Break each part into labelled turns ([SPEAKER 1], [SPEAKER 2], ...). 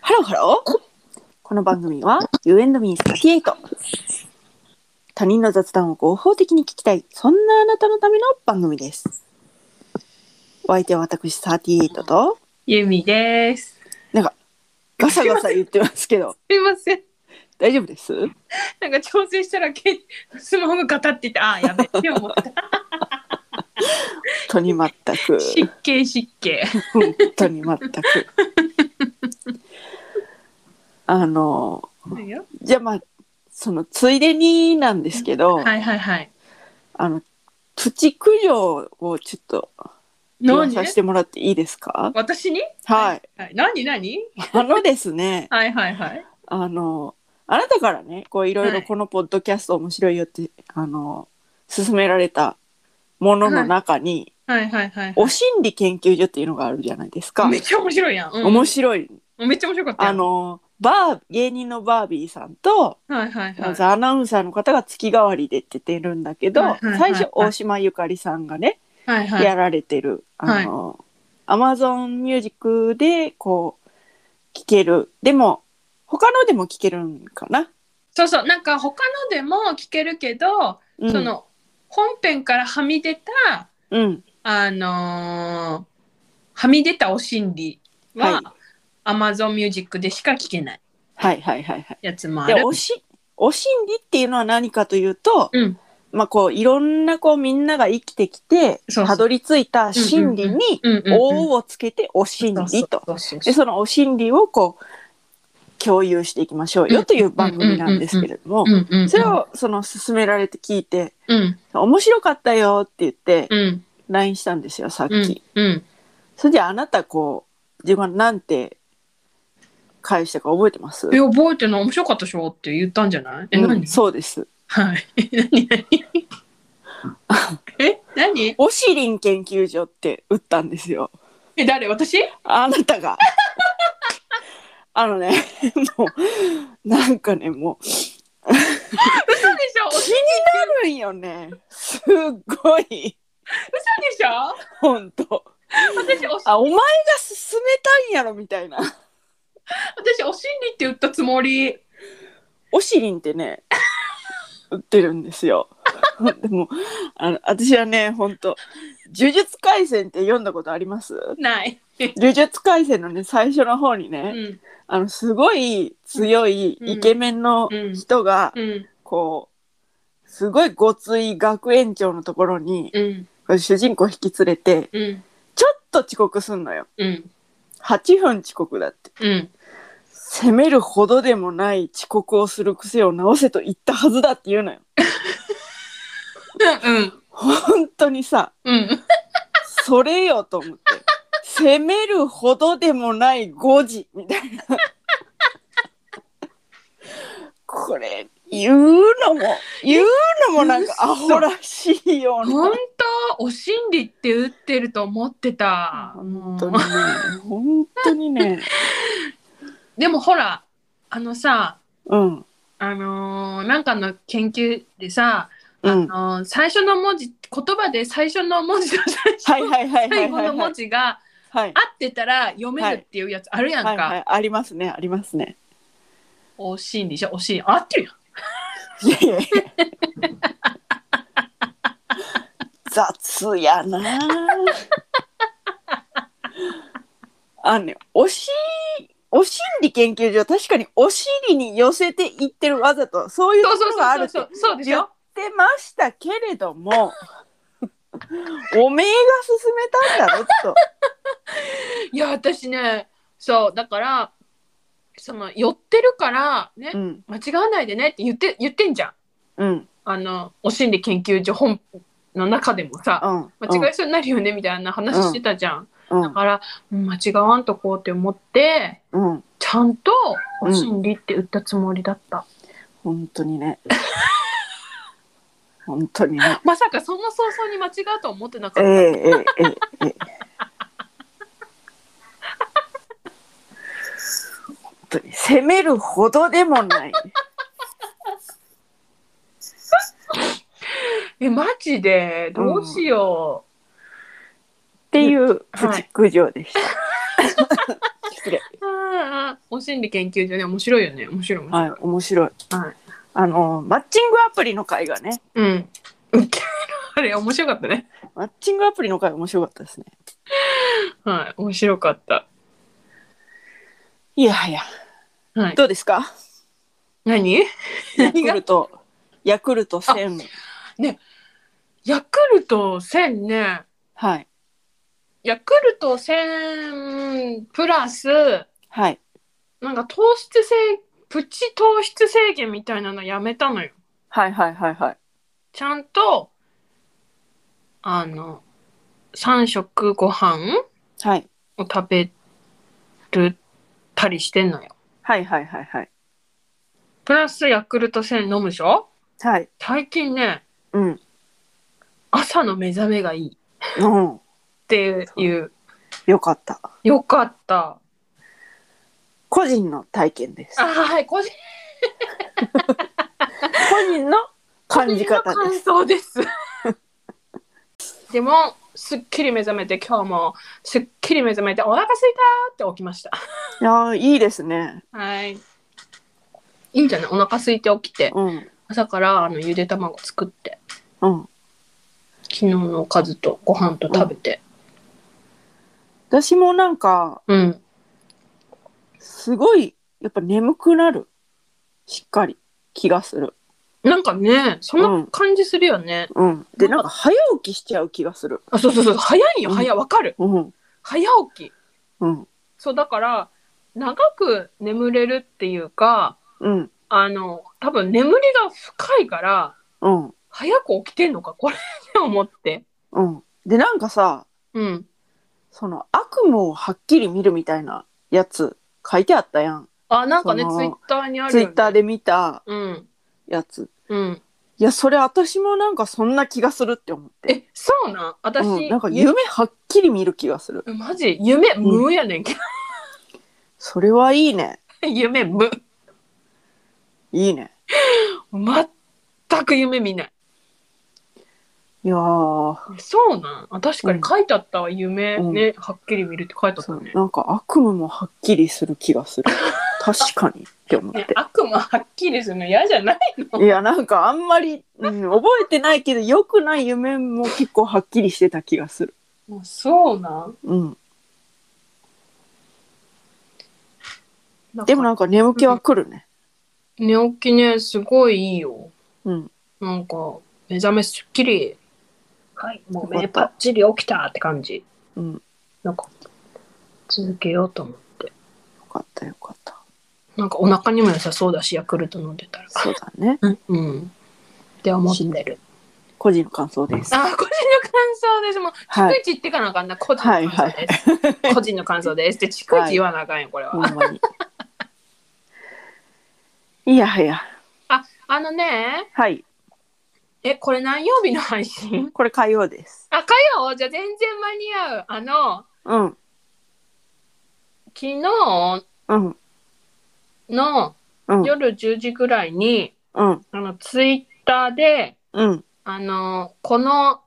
[SPEAKER 1] ハローハロー。この番組は You and me38。他人の雑談を合法的に聞きたい、そんなあなたのための番組です。お相手は私38と、
[SPEAKER 2] ゆみです。
[SPEAKER 1] ガサガサ言ってますけど、
[SPEAKER 2] すいません。
[SPEAKER 1] 大丈夫です
[SPEAKER 2] なんか調整したらけスマホがガタってて、あーや べって思った。
[SPEAKER 1] とに全く。
[SPEAKER 2] 失敬失敬。
[SPEAKER 1] 本当に全く。あの、じゃあまあ、その、ついでになんですけど、
[SPEAKER 2] はいはいはい。
[SPEAKER 1] あの、プチ苦情をちょっと言わ
[SPEAKER 2] 何
[SPEAKER 1] させてもらっていいですか
[SPEAKER 2] 私に
[SPEAKER 1] はい。
[SPEAKER 2] はい。何何
[SPEAKER 1] あのですね、
[SPEAKER 2] はいはいはい。
[SPEAKER 1] あの、あなたからね、こういろい
[SPEAKER 2] は
[SPEAKER 1] ろ
[SPEAKER 2] い
[SPEAKER 1] このポッドキャスト面白いよって、あの、勧められたものの中に、
[SPEAKER 2] はいはいはい。
[SPEAKER 1] お心理研究所っていうのがあるじゃないですか
[SPEAKER 2] めっ。ちゃ面白いやん。うん
[SPEAKER 1] 面白い。
[SPEAKER 2] めっちゃ面白かったや
[SPEAKER 1] あ
[SPEAKER 2] ん。
[SPEAKER 1] の、バー、芸人のバービーさんと、
[SPEAKER 2] はいはいはい。
[SPEAKER 1] まずアナウンサーの方が月替わりで出てるんだけど、
[SPEAKER 2] はいはいはい
[SPEAKER 1] 最初大島ゆかりさんがね、
[SPEAKER 2] はいはい。
[SPEAKER 1] やられてる、あの、アマゾンミュージックで、こう、聴ける。でも、他のでも聴けるんかな。
[SPEAKER 2] そうそう。なんか他のでも聞けるけど、
[SPEAKER 1] うん
[SPEAKER 2] その本編からはみ出た、
[SPEAKER 1] うん、
[SPEAKER 2] あのーはみ出たお心理は、
[SPEAKER 1] はい
[SPEAKER 2] Amazon Music でしか聞けない
[SPEAKER 1] はいはいはいは
[SPEAKER 2] やつもあ
[SPEAKER 1] い。
[SPEAKER 2] る
[SPEAKER 1] で、。おし、お心理っていうのは何かというと、
[SPEAKER 2] うん、
[SPEAKER 1] まあこう、いろんなこう、みんなが生きてきて、
[SPEAKER 2] そうそう
[SPEAKER 1] たどり着いた心理に、
[SPEAKER 2] うんうんうん、
[SPEAKER 1] 王をつけてお心理と。
[SPEAKER 2] そうそうそう
[SPEAKER 1] で、そのお心理をこう、共有していきましょうよという番組なんですけれども
[SPEAKER 2] う、んうんうん
[SPEAKER 1] それをその勧められて聞いて、
[SPEAKER 2] うん
[SPEAKER 1] 面白かったよって言って、
[SPEAKER 2] うん
[SPEAKER 1] LINE したんですよ、さっき。
[SPEAKER 2] うんうん
[SPEAKER 1] それであなたこう、自分はなんて返したか覚えてます
[SPEAKER 2] え覚えてるの面白かったでしょって言ったんじゃないえ
[SPEAKER 1] うん
[SPEAKER 2] 何、
[SPEAKER 1] そうです。
[SPEAKER 2] はい 何何え何
[SPEAKER 1] おしりん研究所って打ったんですよ。
[SPEAKER 2] え誰私
[SPEAKER 1] あなた が。あのね、もう、なんかね、もう、
[SPEAKER 2] 嘘でしょ嘘
[SPEAKER 1] 気になるんよね。すっごい、
[SPEAKER 2] でしょ
[SPEAKER 1] ほんと。
[SPEAKER 2] 私おし
[SPEAKER 1] あ、お前が勧めたんやろ、みたいな。
[SPEAKER 2] 私お心理って言ったつもり
[SPEAKER 1] おしりんってね、売ってるんですよ。 でも、あの、私はね、ほんと、呪術廻戦って読んだことあります
[SPEAKER 2] ない
[SPEAKER 1] 呪術廻戦のね、最初の方に
[SPEAKER 2] う
[SPEAKER 1] ね、
[SPEAKER 2] ん
[SPEAKER 1] あの、すごい強いイケメンの
[SPEAKER 2] うん
[SPEAKER 1] 人が、
[SPEAKER 2] うん
[SPEAKER 1] こう、すごいごつい学園長のところに、
[SPEAKER 2] うん
[SPEAKER 1] 主人公引き連れて、
[SPEAKER 2] うん
[SPEAKER 1] ちょっと遅刻すんのよ。
[SPEAKER 2] うん
[SPEAKER 1] 8分遅刻だって。
[SPEAKER 2] うん
[SPEAKER 1] 責めるほどでもない遅刻をする癖を直せと言ったはずだって言うのよ。
[SPEAKER 2] うん
[SPEAKER 1] 本当にさ、
[SPEAKER 2] うん
[SPEAKER 1] それよと思って。責めるほどでもない5時みたいな。これ、言うのも、言うのもなんかアホらしいような。
[SPEAKER 2] 本当お心理って打ってると思ってた
[SPEAKER 1] 本当にね、本当にね、
[SPEAKER 2] でもほらあのさ
[SPEAKER 1] うん、
[SPEAKER 2] あのーなんかの研究でさ、
[SPEAKER 1] うん、
[SPEAKER 2] あのー最初の文字言葉で最初の文字と最初、
[SPEAKER 1] はいはいはいは
[SPEAKER 2] 最
[SPEAKER 1] い
[SPEAKER 2] 後
[SPEAKER 1] はい
[SPEAKER 2] の
[SPEAKER 1] は
[SPEAKER 2] 文
[SPEAKER 1] い、
[SPEAKER 2] 字が
[SPEAKER 1] はい
[SPEAKER 2] 合、ってたら読めるっていうやつあるやんか。
[SPEAKER 1] はいはい、ありますね、ありますね。
[SPEAKER 2] おしんでしょおしん合ってるやん。
[SPEAKER 1] いやいやいや雑やなぁ。あのね、おし、お心理研究所は確かにお尻に寄せていってるわざと、そういう
[SPEAKER 2] そ
[SPEAKER 1] こ
[SPEAKER 2] うそう
[SPEAKER 1] とがあ
[SPEAKER 2] そ
[SPEAKER 1] る
[SPEAKER 2] う
[SPEAKER 1] って
[SPEAKER 2] そうそうでしょ。
[SPEAKER 1] 言ってましたけれども、おめえが勧めたんだろと。
[SPEAKER 2] いや私ねそうだからその寄ってるからね、
[SPEAKER 1] うん、
[SPEAKER 2] 間違わないでねって言って言ってんじゃん。
[SPEAKER 1] うん、
[SPEAKER 2] あのお心理研究所本の中でもさ
[SPEAKER 1] うん。
[SPEAKER 2] 間違いそうになるよねみたいな話してたじゃん。
[SPEAKER 1] うん
[SPEAKER 2] だからうん間違わんとこうって思って
[SPEAKER 1] うん、
[SPEAKER 2] ちゃんと「お心理」って打ったつもりだった、
[SPEAKER 1] 本当にね。本当にね。
[SPEAKER 2] まさかそんな早々に間違うとは思ってなか
[SPEAKER 1] ええ
[SPEAKER 2] っ
[SPEAKER 1] え
[SPEAKER 2] た、
[SPEAKER 1] えええええ。本当に責めるほどでもない。
[SPEAKER 2] えマジでどうしよ
[SPEAKER 1] っていう
[SPEAKER 2] はい
[SPEAKER 1] プチ苦情でした。失礼。
[SPEAKER 2] う、あーお心理研究所ね面白いよね面白い面白
[SPEAKER 1] はい、面白い。
[SPEAKER 2] はい
[SPEAKER 1] あの、マッチングアプリの回がね、
[SPEAKER 2] い、うんウケるあれ面白かったね
[SPEAKER 1] マッチングアプリの回面白かったですね。
[SPEAKER 2] はい面白かった
[SPEAKER 1] いやはや、
[SPEAKER 2] はい
[SPEAKER 1] どうですか
[SPEAKER 2] 何
[SPEAKER 1] ヤク
[SPEAKER 2] 何が
[SPEAKER 1] ルト、ヤクルト1000。
[SPEAKER 2] ヤクルト1000ね
[SPEAKER 1] はい。
[SPEAKER 2] ヤクルト1000プラス
[SPEAKER 1] はい。
[SPEAKER 2] なんか糖質制プチ糖質制限みたいなのやめたのよ
[SPEAKER 1] はいはいはいはい。
[SPEAKER 2] ちゃんとあの3食ご飯
[SPEAKER 1] はい。
[SPEAKER 2] を食べるたりしてんのよ
[SPEAKER 1] はいはいはいはい。
[SPEAKER 2] プラスヤクルト1000飲むでしょ
[SPEAKER 1] はい。
[SPEAKER 2] 最近ね
[SPEAKER 1] うん。
[SPEAKER 2] 朝の目覚めがいいっ
[SPEAKER 1] うん。
[SPEAKER 2] ていう
[SPEAKER 1] よかった。
[SPEAKER 2] よかった
[SPEAKER 1] 個人の体験です。
[SPEAKER 2] あはい個人
[SPEAKER 1] 個人の感じ方
[SPEAKER 2] 個人の
[SPEAKER 1] で
[SPEAKER 2] 感
[SPEAKER 1] す。
[SPEAKER 2] 想ですでもすっきり目覚めて今日もすっきり目覚めてお腹すいたーって起きました
[SPEAKER 1] いやーいいですね。
[SPEAKER 2] はいいいんじゃないお腹空いて起きて
[SPEAKER 1] うん。
[SPEAKER 2] 朝からあのゆで卵作って
[SPEAKER 1] うん。
[SPEAKER 2] 昨日のおかずとご飯と食べて
[SPEAKER 1] 私もなんか、
[SPEAKER 2] うん、
[SPEAKER 1] すごい、やっぱ眠くなる。しっかり。気がする。
[SPEAKER 2] なんかねそんな感じするよね、
[SPEAKER 1] うん。で、なんか早起きしちゃう気がする。
[SPEAKER 2] あそうそうそう早いよ
[SPEAKER 1] うん
[SPEAKER 2] 早いわかる
[SPEAKER 1] うん。
[SPEAKER 2] 早起き
[SPEAKER 1] うん。
[SPEAKER 2] そうだから長く眠れるっていうか
[SPEAKER 1] うん。
[SPEAKER 2] あの多分眠りが深いから
[SPEAKER 1] うん。
[SPEAKER 2] 早く起きてんのかこれって思って
[SPEAKER 1] うん。で、なんかさ、
[SPEAKER 2] うん
[SPEAKER 1] その悪夢をはっきり見るみたいなやつ書いてあったやん。
[SPEAKER 2] あなんかね
[SPEAKER 1] その
[SPEAKER 2] ツイッターにある
[SPEAKER 1] ツ
[SPEAKER 2] よ
[SPEAKER 1] イ
[SPEAKER 2] ね、
[SPEAKER 1] ッターで見た
[SPEAKER 2] うん
[SPEAKER 1] やつ。
[SPEAKER 2] うん
[SPEAKER 1] いや、それ私もなんかそんな気がするって思って。
[SPEAKER 2] えそうなん私、
[SPEAKER 1] うん、なんか夢はっきり見る気がする。
[SPEAKER 2] マジ夢無やねんけど、
[SPEAKER 1] それはいいね。
[SPEAKER 2] 夢無
[SPEAKER 1] いいね。
[SPEAKER 2] 全く夢見ない
[SPEAKER 1] いやー、
[SPEAKER 2] そうなんあ確かに書いてあったわ、夢
[SPEAKER 1] うん
[SPEAKER 2] ねはっきり見るって書いてあった
[SPEAKER 1] そう
[SPEAKER 2] ね
[SPEAKER 1] なんか悪夢もはっきりする気が する。確かにって思っ
[SPEAKER 2] ね
[SPEAKER 1] て。
[SPEAKER 2] 悪魔はっきりするの嫌じゃない
[SPEAKER 1] いや、なんかあんまり、うん、覚えてないけど、良くない夢も結構はっきりしてた気がする。
[SPEAKER 2] もうそうなん
[SPEAKER 1] うん。
[SPEAKER 2] なんか
[SPEAKER 1] でもなんか眠気は来るね。
[SPEAKER 2] 寝起きねすごいいいよ
[SPEAKER 1] うん。
[SPEAKER 2] なんか目覚めすっきりはいもう目パッチリ起きたって感じ
[SPEAKER 1] うん。よ
[SPEAKER 2] なんか続けようと思って
[SPEAKER 1] かったよかった。
[SPEAKER 2] なんかお腹にも良さそうだしヤクルト飲んでたら
[SPEAKER 1] そうだね。
[SPEAKER 2] うんうんって思ってる
[SPEAKER 1] 個人の感想です。
[SPEAKER 2] あ、個人の感想です。もう、
[SPEAKER 1] はい
[SPEAKER 2] 逐一言ってかなあかんな。個人の感想です。 個人の感想です。で、逐一言わなあかんよ、これは。
[SPEAKER 1] ほんまに。 いやはや。
[SPEAKER 2] あのね、
[SPEAKER 1] はい。
[SPEAKER 2] え、これ何曜日の配 信
[SPEAKER 1] これ火曜です。
[SPEAKER 2] あ、火曜じゃあ全然間に合う。あの、
[SPEAKER 1] うん。
[SPEAKER 2] 昨日
[SPEAKER 1] うん。
[SPEAKER 2] の
[SPEAKER 1] うん。
[SPEAKER 2] 夜10時ぐらいに、
[SPEAKER 1] うん。
[SPEAKER 2] あの、ツイッターで、
[SPEAKER 1] うん。
[SPEAKER 2] あの、この、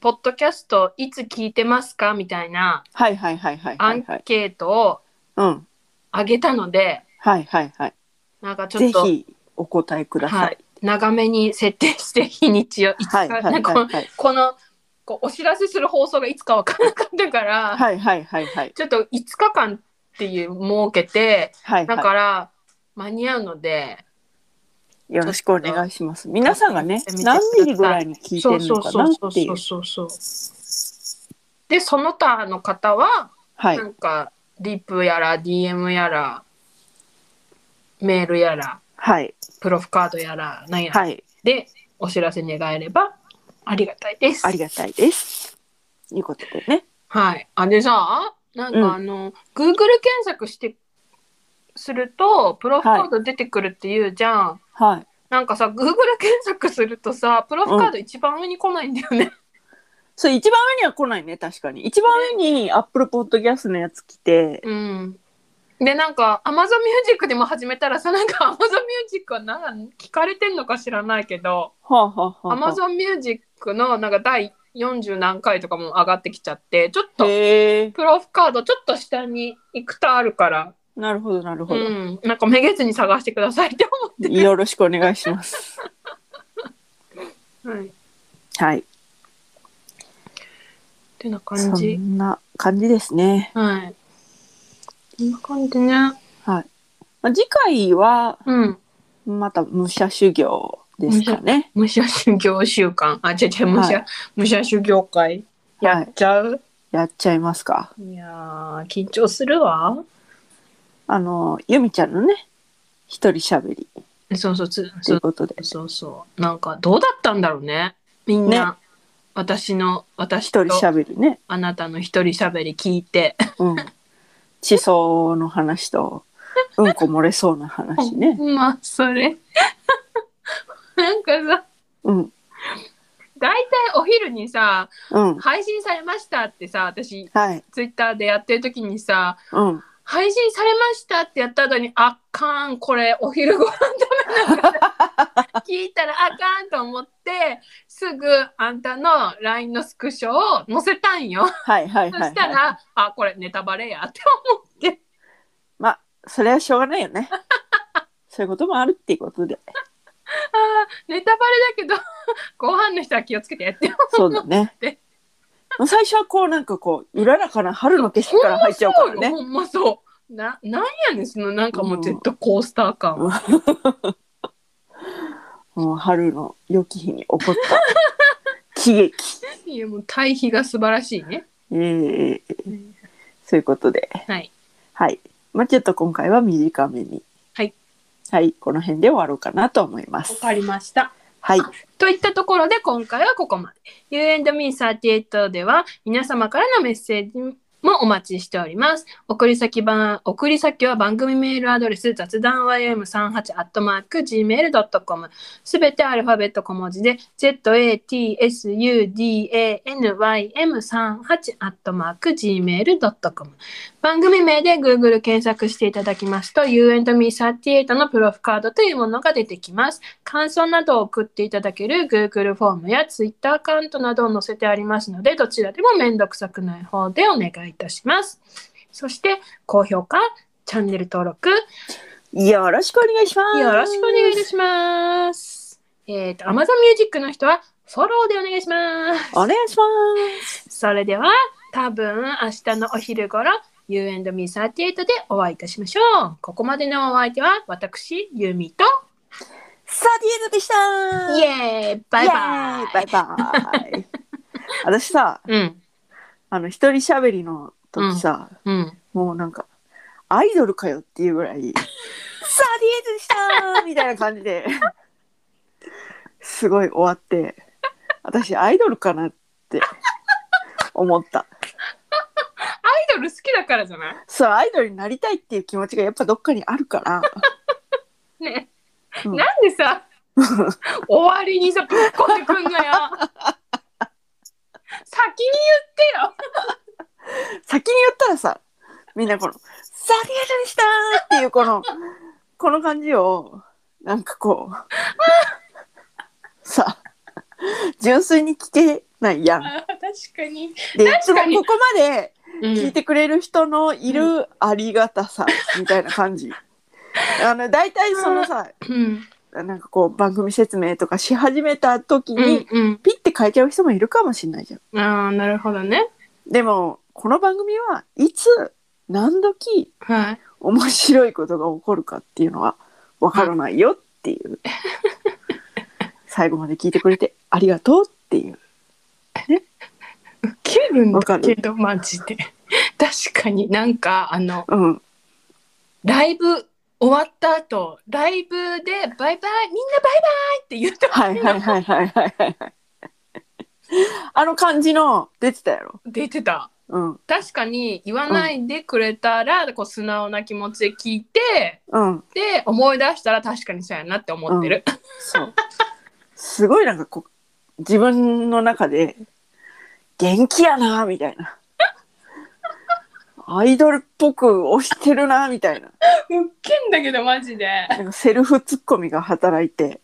[SPEAKER 2] ポッドキャストいつ聞いてますかみたいな
[SPEAKER 1] はいはいはいはい
[SPEAKER 2] ア
[SPEAKER 1] は
[SPEAKER 2] ン
[SPEAKER 1] いはい。
[SPEAKER 2] ケートを
[SPEAKER 1] うん。
[SPEAKER 2] あげたので、
[SPEAKER 1] はいはいはい。
[SPEAKER 2] なんかちょ
[SPEAKER 1] ぜ
[SPEAKER 2] っと、
[SPEAKER 1] ひお答えください。
[SPEAKER 2] 長めに設定して日にちを、いつか
[SPEAKER 1] はいはいは
[SPEAKER 2] ないんかこの
[SPEAKER 1] はい。
[SPEAKER 2] このこうお知らせする放送がいつかわからなかったから、
[SPEAKER 1] はいはいはいはい。
[SPEAKER 2] ちょっと5日間っていう設けて
[SPEAKER 1] はい
[SPEAKER 2] だ
[SPEAKER 1] は
[SPEAKER 2] から間に合うので、
[SPEAKER 1] い。よろしくお願いします。皆さんがね、何ミリぐらいに聞いて
[SPEAKER 2] そう
[SPEAKER 1] る
[SPEAKER 2] そ
[SPEAKER 1] の
[SPEAKER 2] う
[SPEAKER 1] か
[SPEAKER 2] そ
[SPEAKER 1] な
[SPEAKER 2] うそ
[SPEAKER 1] っていう
[SPEAKER 2] う。そうそうでその他の方は、
[SPEAKER 1] はい
[SPEAKER 2] な。んかリプやら DM やらメールやら
[SPEAKER 1] はい。
[SPEAKER 2] プロフカードやら何やら
[SPEAKER 1] はい。
[SPEAKER 2] でお知らせ願えればありがたいです。
[SPEAKER 1] ありがたいです。ということでね。
[SPEAKER 2] はい。あ、でさ、なん
[SPEAKER 1] うん
[SPEAKER 2] かあの、Google 検索して、すると、プロフカード出てくるっていうじゃん。
[SPEAKER 1] はい。
[SPEAKER 2] なんかさ、Google 検索するとさ、プロフカード一番上に来ないんだよね。
[SPEAKER 1] それ一番上には来ないね、確かに。一番上に Apple Podcast のやつ来て、
[SPEAKER 2] うん。で、なんか、Amazon Music でも始めたらさ、なんか Amazon Music は何、聞かれてんのか知らないけど、
[SPEAKER 1] はあはあはあはあ。
[SPEAKER 2] Amazon Music のなんか第40何回とかも上がってきちゃって、ちょっと、
[SPEAKER 1] へえ。
[SPEAKER 2] プロフカードちょっと下にいくとあるから、
[SPEAKER 1] なるほど、なるほ
[SPEAKER 2] う
[SPEAKER 1] ど。
[SPEAKER 2] ん、なんかめげずに探してくださいって思って
[SPEAKER 1] よろしくお願いします。
[SPEAKER 2] はい。っ
[SPEAKER 1] はい。
[SPEAKER 2] てな感
[SPEAKER 1] そ
[SPEAKER 2] じ。
[SPEAKER 1] んな感じですね。
[SPEAKER 2] はい。こんな感じね。
[SPEAKER 1] まあ、次回は、
[SPEAKER 2] うん。
[SPEAKER 1] また武者修行ですかね。
[SPEAKER 2] 武者修行習慣。あ、違う違う、武者、
[SPEAKER 1] は
[SPEAKER 2] 武者修行会。
[SPEAKER 1] は
[SPEAKER 2] や
[SPEAKER 1] い
[SPEAKER 2] っ。ちゃう、
[SPEAKER 1] やっちゃいますか。
[SPEAKER 2] い、やー、緊張するわ。
[SPEAKER 1] あの、ゆみちゃんのね、一人喋り
[SPEAKER 2] そうそう、つ
[SPEAKER 1] と
[SPEAKER 2] そ
[SPEAKER 1] いううことで、
[SPEAKER 2] そうそう。なんか、どうだったんだろうね。みんな、
[SPEAKER 1] ね
[SPEAKER 2] 私の、私
[SPEAKER 1] 一
[SPEAKER 2] と
[SPEAKER 1] 人喋るね。
[SPEAKER 2] あなたの一人喋り聞いて。
[SPEAKER 1] うん。地層の話と、うんこ漏れそうな話ね。
[SPEAKER 2] まあ、それ。 なんかさ、
[SPEAKER 1] うん。
[SPEAKER 2] 大体お昼にさ、
[SPEAKER 1] うん。
[SPEAKER 2] 配信されましたってさ、私、
[SPEAKER 1] はい。
[SPEAKER 2] ツイッターでやってる時にさ、
[SPEAKER 1] うん。
[SPEAKER 2] 配信されましたってやった後に、あかん、これお昼ご飯食べな がら聞いたらあかんと思って、すぐあんたの LINE のスクショを載せたんよ。
[SPEAKER 1] はいはい
[SPEAKER 2] そ
[SPEAKER 1] はい、
[SPEAKER 2] し
[SPEAKER 1] は
[SPEAKER 2] た
[SPEAKER 1] い。
[SPEAKER 2] ら、あ、これネタバレやって
[SPEAKER 1] まあ、それはしょうがないよね。そういうこともあるっていうことで。
[SPEAKER 2] 思う。ネタバレだけど、ご飯の人は気をつけてやってよ。
[SPEAKER 1] そうだね
[SPEAKER 2] で。
[SPEAKER 1] もう最初はこうなんかこう、うららかな春の景色から入っちゃうからね。
[SPEAKER 2] ほんまそう。な、なんやねん、そのなんかもうジェットコースター感。
[SPEAKER 1] うんもう春の良き日に起こった喜劇。
[SPEAKER 2] いや、もう対比が素晴らしいね。
[SPEAKER 1] えー、そういうことで。
[SPEAKER 2] はい。
[SPEAKER 1] はい。まあちょっと今回は短めに。
[SPEAKER 2] はい。
[SPEAKER 1] はい。この辺で終わろうかなと思います。
[SPEAKER 2] りました。
[SPEAKER 1] はい。
[SPEAKER 2] といったところで今回はここまで。U&Me38 では皆様からのメッセージもお待ちしております。送り先番送り先は番組メールアドレス雑談 ym38-gmail.com すべてアルファベット小文字で zatsudanym38-gmail.com 番組名で Google 検索していただきますと U&Me38 のプロフカードというものが出てきます。感想などを送っていただける Google フォームや Twitter アカウントなどを載せてありますので、どちらでも面倒くさくない方でお願いいたします。そして、高評価、チャンネル登録、よ
[SPEAKER 1] よろしくお願いします。
[SPEAKER 2] ろしくお願いいたします。えっ、と、Amazon Music の人は、フォローでお願いします。
[SPEAKER 1] お願いします。
[SPEAKER 2] それでは、多分明日のお昼頃、You and Me38 でお会いいたしましょう。ここまでのお相手は、私、ユミと、
[SPEAKER 1] サディエドでした
[SPEAKER 2] イエーイバイバ
[SPEAKER 1] イエ
[SPEAKER 2] イ
[SPEAKER 1] ーイバイバイ 私さ、
[SPEAKER 2] うん、
[SPEAKER 1] あの、一人喋りの時さ、
[SPEAKER 2] うん。
[SPEAKER 1] もうなんか、アイドルかよっていうぐらい、サディエ ドでしたみたいな感じで、すごい終わって、私アイドルかなって思った。
[SPEAKER 2] アイドル好きだからじゃない
[SPEAKER 1] そう、アイドルになりたいっていう気持ちがやっぱどっかにあるから、
[SPEAKER 2] ね、
[SPEAKER 1] うん
[SPEAKER 2] なんで さ終わりにさぶっこんでくんのよ先に言ってよ
[SPEAKER 1] 先に言ったらさ、みんなこの、サディエドでしたっていうこの、この感じを、なんかこう、さ、純粋に聞けないやん。
[SPEAKER 2] あ確かに、
[SPEAKER 1] で、いつも
[SPEAKER 2] 確かに
[SPEAKER 1] ここまで、聞い
[SPEAKER 2] 聞いて
[SPEAKER 1] てくれる人のいるありがたさみたいな感じ。 あの大体そのさ
[SPEAKER 2] うん
[SPEAKER 1] なんかこう番組説明とかし始めた時
[SPEAKER 2] う
[SPEAKER 1] に
[SPEAKER 2] んうん
[SPEAKER 1] ピッて変えちゃう人もいるかもしれないじゃん。
[SPEAKER 2] ああなるほどね
[SPEAKER 1] でもこの番組はいつ何時
[SPEAKER 2] はい
[SPEAKER 1] 面白いことが起こるかっていうのはわからないよっていう。 最後まで聞いてくれてありがとうっていう。
[SPEAKER 2] ウケるん
[SPEAKER 1] わか
[SPEAKER 2] だ
[SPEAKER 1] る
[SPEAKER 2] けどマジで確かになんかあの
[SPEAKER 1] うん。
[SPEAKER 2] ライブ終わった後ライブで「バイバイみんなバイバイ!」って言うと
[SPEAKER 1] はいはいはいはいはいはいはい。あの感じの出てたやろ。
[SPEAKER 2] 出てた
[SPEAKER 1] うん
[SPEAKER 2] 確かに言わないでくれたら、こう素直な気持ちで聞いて
[SPEAKER 1] うん。
[SPEAKER 2] で思い出したら確かにそうやなって思ってる、
[SPEAKER 1] そう。すごいなんかこう、自分の中で、元気やなみたいな。アイドルっぽく押してるなみたいな。
[SPEAKER 2] うっけんだけどマジで
[SPEAKER 1] なんかセルフツッコミが働いて。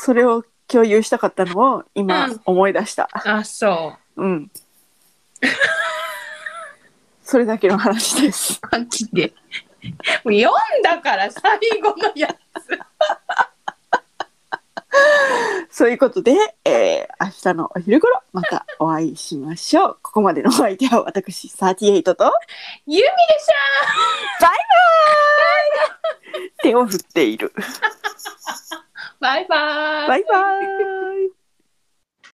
[SPEAKER 1] それを共有したかったのを今
[SPEAKER 2] うん
[SPEAKER 1] 思い出した。
[SPEAKER 2] あ、そ
[SPEAKER 1] うん。それだけの話です
[SPEAKER 2] う。。マジで。もう読んだから最後のや
[SPEAKER 1] そういうことで、えー明日のお昼頃またお会いしましょう。ここまでのお相手は私38とバイ
[SPEAKER 2] ゆみでし
[SPEAKER 1] バイ手を振っている。
[SPEAKER 2] たバイバーイ
[SPEAKER 1] バイバイ。